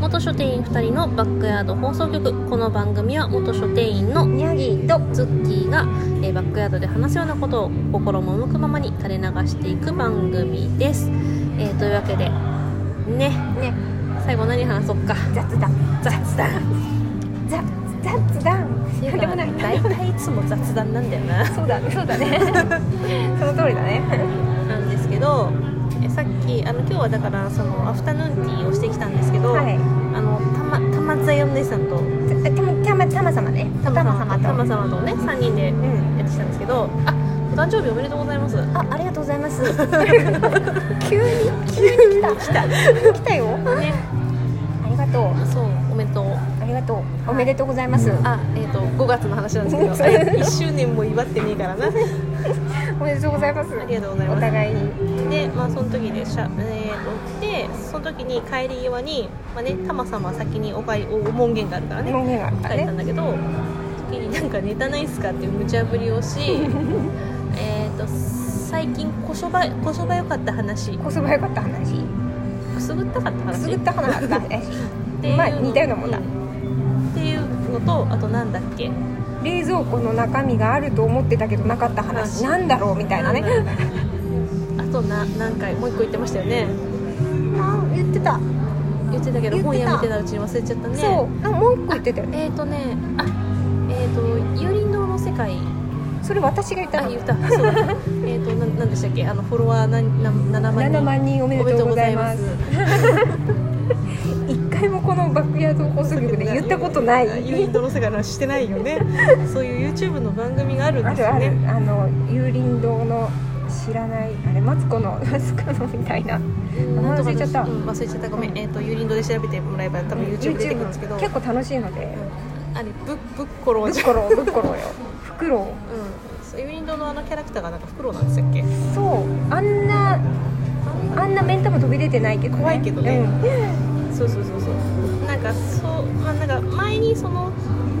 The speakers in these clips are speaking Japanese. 元書店員2人のバックヤード放送局この番組は元書店員のニャギーとズッキーが、えーバックヤードで話すようなことを心も向くままに垂れ流していく番組です、えーというわけでねね最後何話そっか雑談雑談雑雑談なんでもない 大体いつも雑談なんだよなそうだそうだね その通りだねなんですけどえさっきあの今日はだからそのアフタヌーンティーをしてきたんですけど、はいあのたまたまざよお姉さんとたたまたまたま様ねたま様たまと様とね3人でうんやってきたんですけどあお誕生日おめでとうございますねあ、ありがとうござい ます。急に急に来た。来た。よ。ありがとう。そうおめでとうありがとう。おめでとうございます。あえっ、と5月の話なんですけ ど1周年も祝ってねえからなあおめでとうございます。りがとうございおま互いに。すでまあその時でしゃえー、とでその時に帰り際にまあねたま様は先におかいお門限があるからね飲みがあった帰ったねん。だけど時になんかネタないっすかっていう無茶ぶりを しえっと最近こそばこそば良かった話こそばよかった話。くすぐったかったく話すぐった花だった話。っていうのまあ似たようなもんだんっていうのとあとなんだっけ冷蔵庫の中身があると思ってたけどなかった話話。なんだろうみたいなね。 あとな何回もう一個言ってましたよねあ、言ってた。言ってたけど言ってた本屋見てたうちに忘れちゃったねそう。なんかもう一個言ってたよね。えっ、ー、とねあえっ、ー、と幽林堂の世界それ私が言ったあの。言った そうだえっとななんでしたっけあのフォロワーなな7万人7万人おめでとうございますおめでとうござい一回もこのバックヤード放送局で言ったことないユーリンドの世界の話してないよ ねそういう YouTube の番組があるんあでするよあるねあの幽林堂の知らないあれマツコのマツコのみたいなうんなんとか忘れちゃったうん忘れちゃったごめんえっ、とユーリンドで調べてもらえば多分 YouTube 出てくるんですけど、結構楽しいのであれぶぶっころぶうっじゃんころうぶっころうよフクロうんそうユーリンドのあのキャラクターがなんかフクロウなんでしたっけウそうあんなあんな目ん玉飛び出てないけど、ね、怖いけどねうんそうそうそうそうなんかそうまあなんか前にその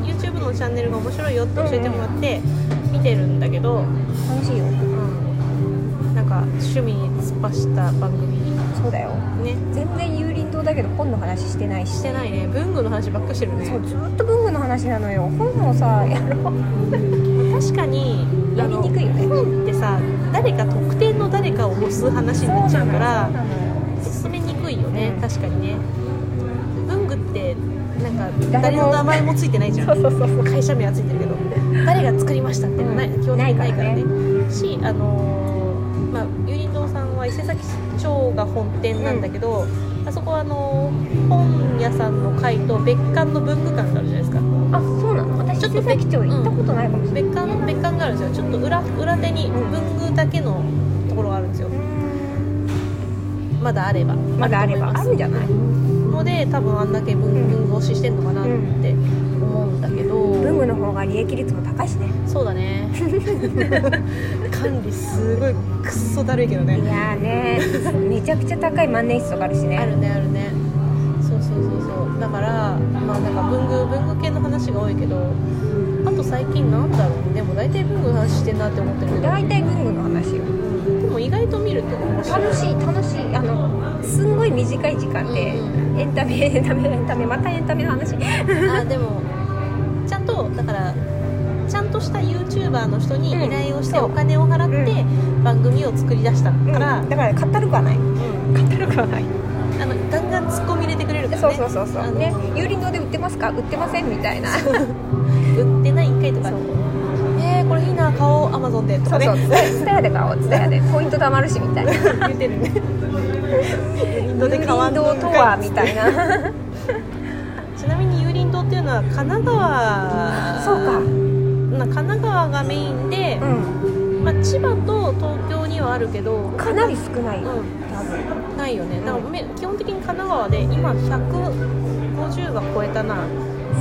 YouTube のチャンネルが面白いよって教えてもらって見てるんだけど、うん、楽しいよなんか趣味に突っ走った番組そうだよね全然幽林堂だけど本の話してないししてないね文具の話ばっかしてるねそうずっと文具の話なのよ本もさやろう確かにやりにくいよあのね本ってさ誰か特定の誰かを押す話になっちゃうからそうなのよ進めにくいよね、うん確かにね文具ってなんか誰誰もの名前もついてないじゃんそうそうそうそう会社名はついてるけど誰が作りましたっていうのはない、うん基本的になないいかかららねねしあのーまあ有林堂さんは伊勢崎町が本店なんだけど、あそこはあのー本屋さんの会と別館の文具館があるじゃないですかあそうなの私ちちょょっっととべ町行ったことないかもしれない別館別館があるんですよちょっと裏裏手に文具だけのところがあるんですよまだあればまだあればあるんじゃないので多分あんだけ文文具推ししてんのかなって思うんだけど、文具の方が利益率も高いしねそうだね管理すごいクッソだるいけどいねやーねめちゃくちゃ高い万年筆とかあるしねあるねあるねそうそうそうそうだからまあなんか文具文具系の話が多いけどあと最近なんだろうでも大体文具の話してんなって思ってるけど大体文具の話よでも意外と見ると面白い楽しい楽しいあのすんごい短い時間で、うんエンタメエンタメエンタメまたエンタメの話あでもちゃんとだからちゃんとした YouTuber の人に依頼をしてうんお金を払って番組を作り出したか、からら、だから語るくはない語るくはない、あのガンガンツッコミ入れてくれるからねそうそうそうそあうのね有林堂で売ってますか売ってませんみたいなそう売ってないんかいとかそうえー、これいいな買おう Amazon でとそかうね伝えで買おう伝えでポイント貯まるしみたいな言ってる ね有林有林堂とはみたいなちなみに有林堂っていうのは神奈川そうかな神奈川がメインで、うまあ、千葉と東京にはあるけどん、かなり少ないよ、うん多分ないよねだからめ基本的に神奈川で今150は超えたな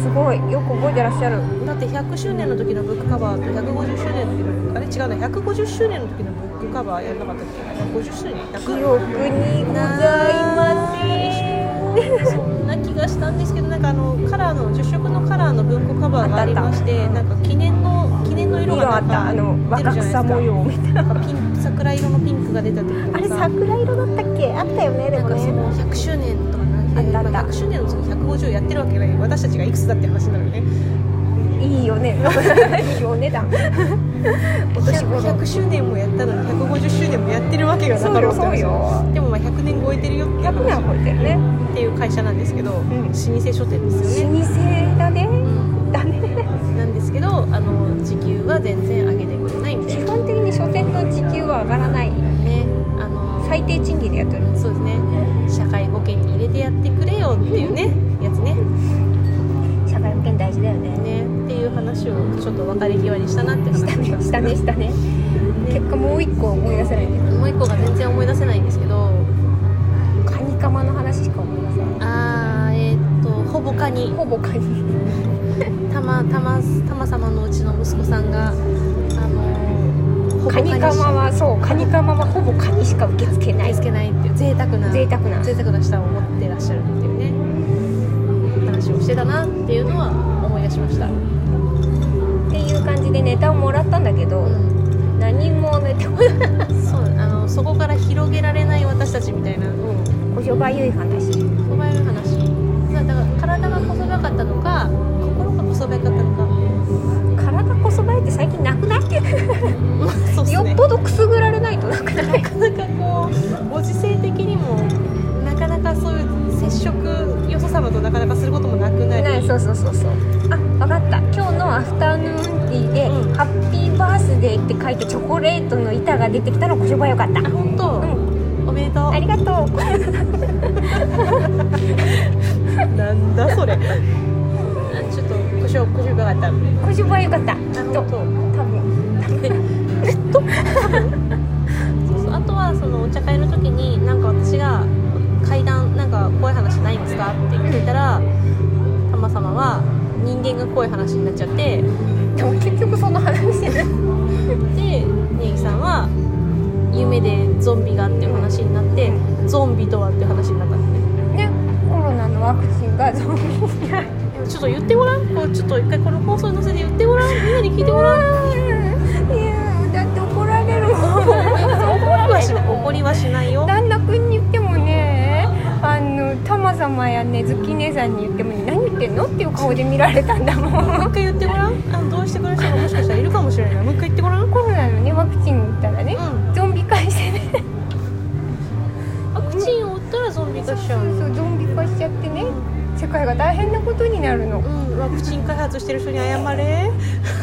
すごいよく覚えてらっしゃるだって100周年の時のブックカバーと150周年の時のあれ違うな150周年の時のブックカバーやんなかったっけ150周年記100憶にございませんそんな気がしたんですけどなんかあのカラーの10色のカラーの文庫カバーがありましてあったなあったんか記念の記念の色色がなあっんたあのか出若るじゃな草いです模か様みたいななんかピン桜色のピンクが出た時とあかれさ桜色だったっけあったよねでなんもかそねの100周年とかなあったあった100周年の次150やってるわけない私たちがいくつだって話になるよねいいよねいいお値段お年頃 100, 100周年もやったのに150周年もやってるわけがなかろうってそうよそうでもまあ100年超えてるよっていう100年話は超えてるねっていう会社なんですけど、ん老舗書店ですよね、老舗だねだねなんですけどあの時給は全然上げてくれないみた基いな本的に書店の時給は上がらないねあの最低賃金でやってるそうですね社会保険に入れてやってくれよっていうねやつね社会保険大事だよねねっていう話をちょっと別れ際にしたなって話したねをしたねしたね結果もう一個思い出せないんだけどもう一個が全然思い出せないんですけどカニカマの話しか思い出せないあーえーっとほぼかにほぼカニたまたまたま様のうちの息子さんがあのほぼカニカマはそうカニカマはほぼカニしか受け付けない大好きないっていう贅沢な贅沢な贅沢な舌を持ってらっしゃるっていうね話をしてたなっていうのは思い出しました、うん、っていう感じでネタをもらったんだけど、何もネタもそうあのそこから広げられない私たちみたいな 小商売いい話小林の話まあだから体が細ばかったのか心が細ばかったのか、体こそばえって最近なくないまあ そうっすよねっぽどくすぐられないとなくないなかなかこうご時世的にもなかなかそういう接触よそ様となかなかすることもなくなりねそうそうそうそうあわかった今日のアフタヌーンティーで、うんハッピーバースデーって書いてチョコレートの板が出てきたのこしょばよかったあ本当、うんおめでとうありがとう なんだそれちょっと腰を腰がかったきこしょばよかったきっっとと多分そうそうあとはそのお茶会の時になんか私が階段なんか怖い話ないんですかって聞いたらたま様は人間が怖い話になっちゃってででも結局その話じゃないネギさんは夢でゾンビがっていう話になってゾンビとはっていう話になったんでねコロナのワクチンがゾンビになるねちょっと言ってごらんこうちょっと一回この放送に載せて言ってごらんみんなに聞いてごらんいやだって怒られるもん怒りはしない怒りはしないよ旦那君に言ってもねあのタマ様やねズッキー姉さんに言ってもね何言ってんのっていう顔で見られたんだもんもう一回言ってごらんあのどうしてくれる人がもしかしたらいるかもしれないもう一回言ってごらんコロナのねワクチン打ったらね、うんゾンビ化してねワクチンを打ったらゾンビ化しちゃうそうそうゾンビ化しちゃってね世界が大変なことになるのうん、ワクチン開発してる人に謝れ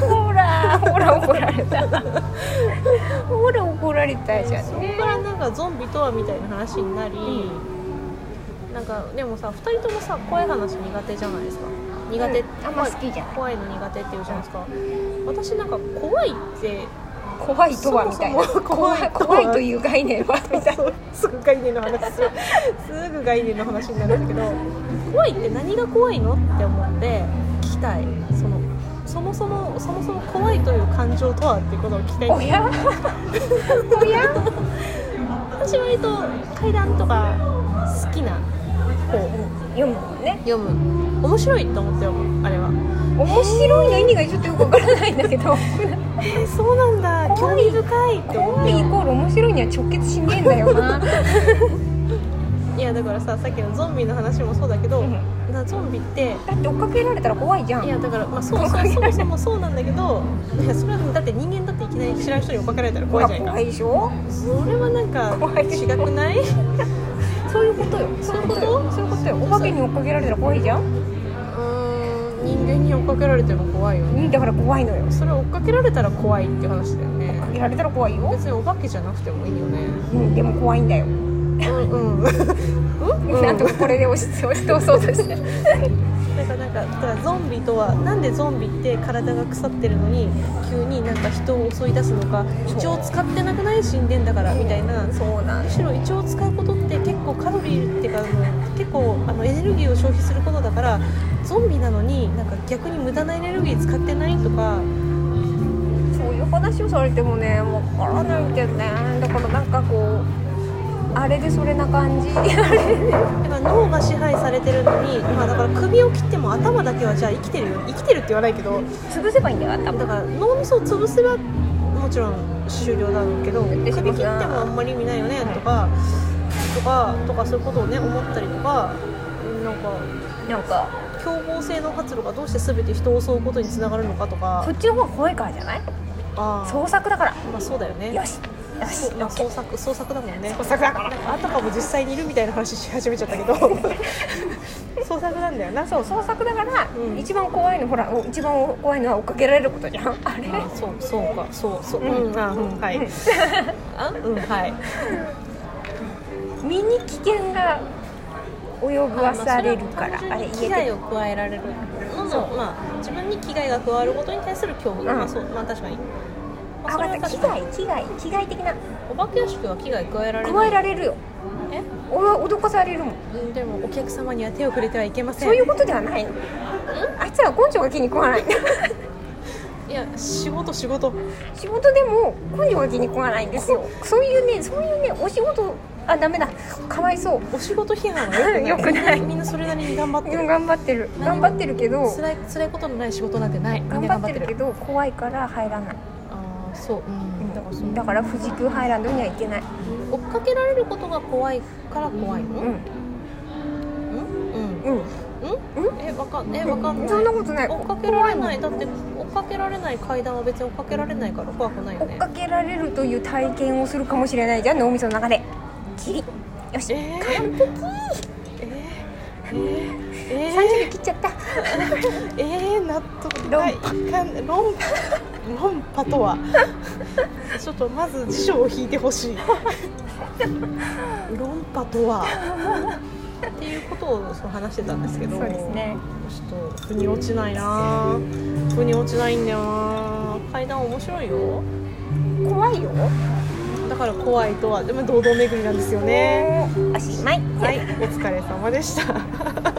ほらほら怒られたほら怒られたじゃそんこねからなんかゾンビとはみたいな話になり、なんかでもさ2人ともさ怖い話苦手じゃないですか苦手、うんあんま好きじゃない怖いの苦手って言うじゃないですか私なんか怖いって怖いとはみたいなそもそも怖怖いい怖いという概念はみたいなそうすぐ概念の話するすぐ概念の話になるんだけど怖いって何が怖いのって思って聞きたいそのそもそもそもそも怖いという感情とはっていうことを聞きたいおやおや私割と階段とか好きな方読むもんね読む面白いと思ったよあれは面白いの意味がちょっとよくわからないんだけどえー、そうなんだ興怖い味深いって思っ怖ていイコール面白いには直結しねえんだよないやだからささっきのゾンビの話もそうだけど、うんなゾンビってだって追っかけられたら怖いじゃんいやだから、まあ、そうそうそもそもそうなんだけどいやそれはだって人間だっていきなり知らん人に追っかけられたらほ怖いらじゃな怖いいでしょかそれはなん怖かい違くないそういうことよそういうことよそういうことよお化けに追っかけられたら怖いじゃんうん人間に追っかけられても怖いよねだから怖いのよ追っそれ追っかけられたら怖いって話だよねかけられたら怖いよ別にお化けじゃなくてもいいよねうんでも怖いんだようんうん うんなんとかこれで押し押し通そうとしなてんかなんかだからゾンビとはなんでゾンビって体が腐ってるのに急になんか人を襲い出すのかそう一応使ってなくない神殿だからみたいなそうなんむしろ胃腸を使うことって結構カロリーっていうかあの結構あのエネルギーを消費することだからゾンビなのになんか逆に無駄なエネルギー使ってないとかそういう話をされてもねわからないんだよねだからなんかこうあれでそれな感じだから脳が支配されてるのに、まあ、だから首を切っても頭だけはじゃあ生きてるよ生きてるって言わないけど 潰せばいいんだよ頭だから脳みそを潰せばもちろん終了だろうけど首切ってもあんまり意味ないよねとかとかとかそういうことをね思ったりとかかなんか凶暴性の活路がどうして全て人を襲うことにつながるのかとかそっちの方が怖いからじゃないあー創作だからまあそうだよねよしよしまあ、創作創作だもんね創作だからあたかも実際にいるみたいな話し始めちゃったけど 創作なんだよなそう創作だから、うん一番怖いのほらお一番怖いのは追っかけられることじゃんあれあそうそうかそうそううんうんあうんはいあうんはい身に危険が及ばされるからまああれそれは危言えて害るを加えられるのそうのまあ自分に危害が加わることに対する恐怖、うんまあそうまあ確かに、まあ、あそれは分かった確危かに害危害危害的なお化け屋敷は危害加えられな加いえられるよえ俺は脅かされるもんうんでもお客様には手を触れてはいけませんそういうことではないのあいつら根性が気に 食わないいや仕事仕事仕事でも根性が気に食わないんですよそういうねそういうねお仕事あダメだかわいそうお仕事批判はよくない良くないみんみんなそれなりに頑張ってでもる頑張ってる頑張ってるけど辛い辛いことのない仕事なんてないみん頑な張頑っ張っててるけるど怖いから入らないああそううんだからそうだから富士急ハイランドには行けない追っかけられることが怖いから怖いのううんんうんうんえわかんえわかんないそんなことない追っかけられ怖ないいだって追っかけられない階段は別に追っかけられないから怖くないよ追っねかけられるという体験をするかもしれないじゃん脳みその中でキリよし、えー完璧えーえー30切っちゃったえー、えー、納得ないかん論破論破とはちょっとまず辞書を引いてほしい論破とはっていうことをそう話してたんですけどそうですねちょっと腑に落ちないなぁ腑に落ちないんだよなぁ階段面白いよ怖いよだから怖いとはでも堂々巡りなんですよねおしまいはいお疲れ様でした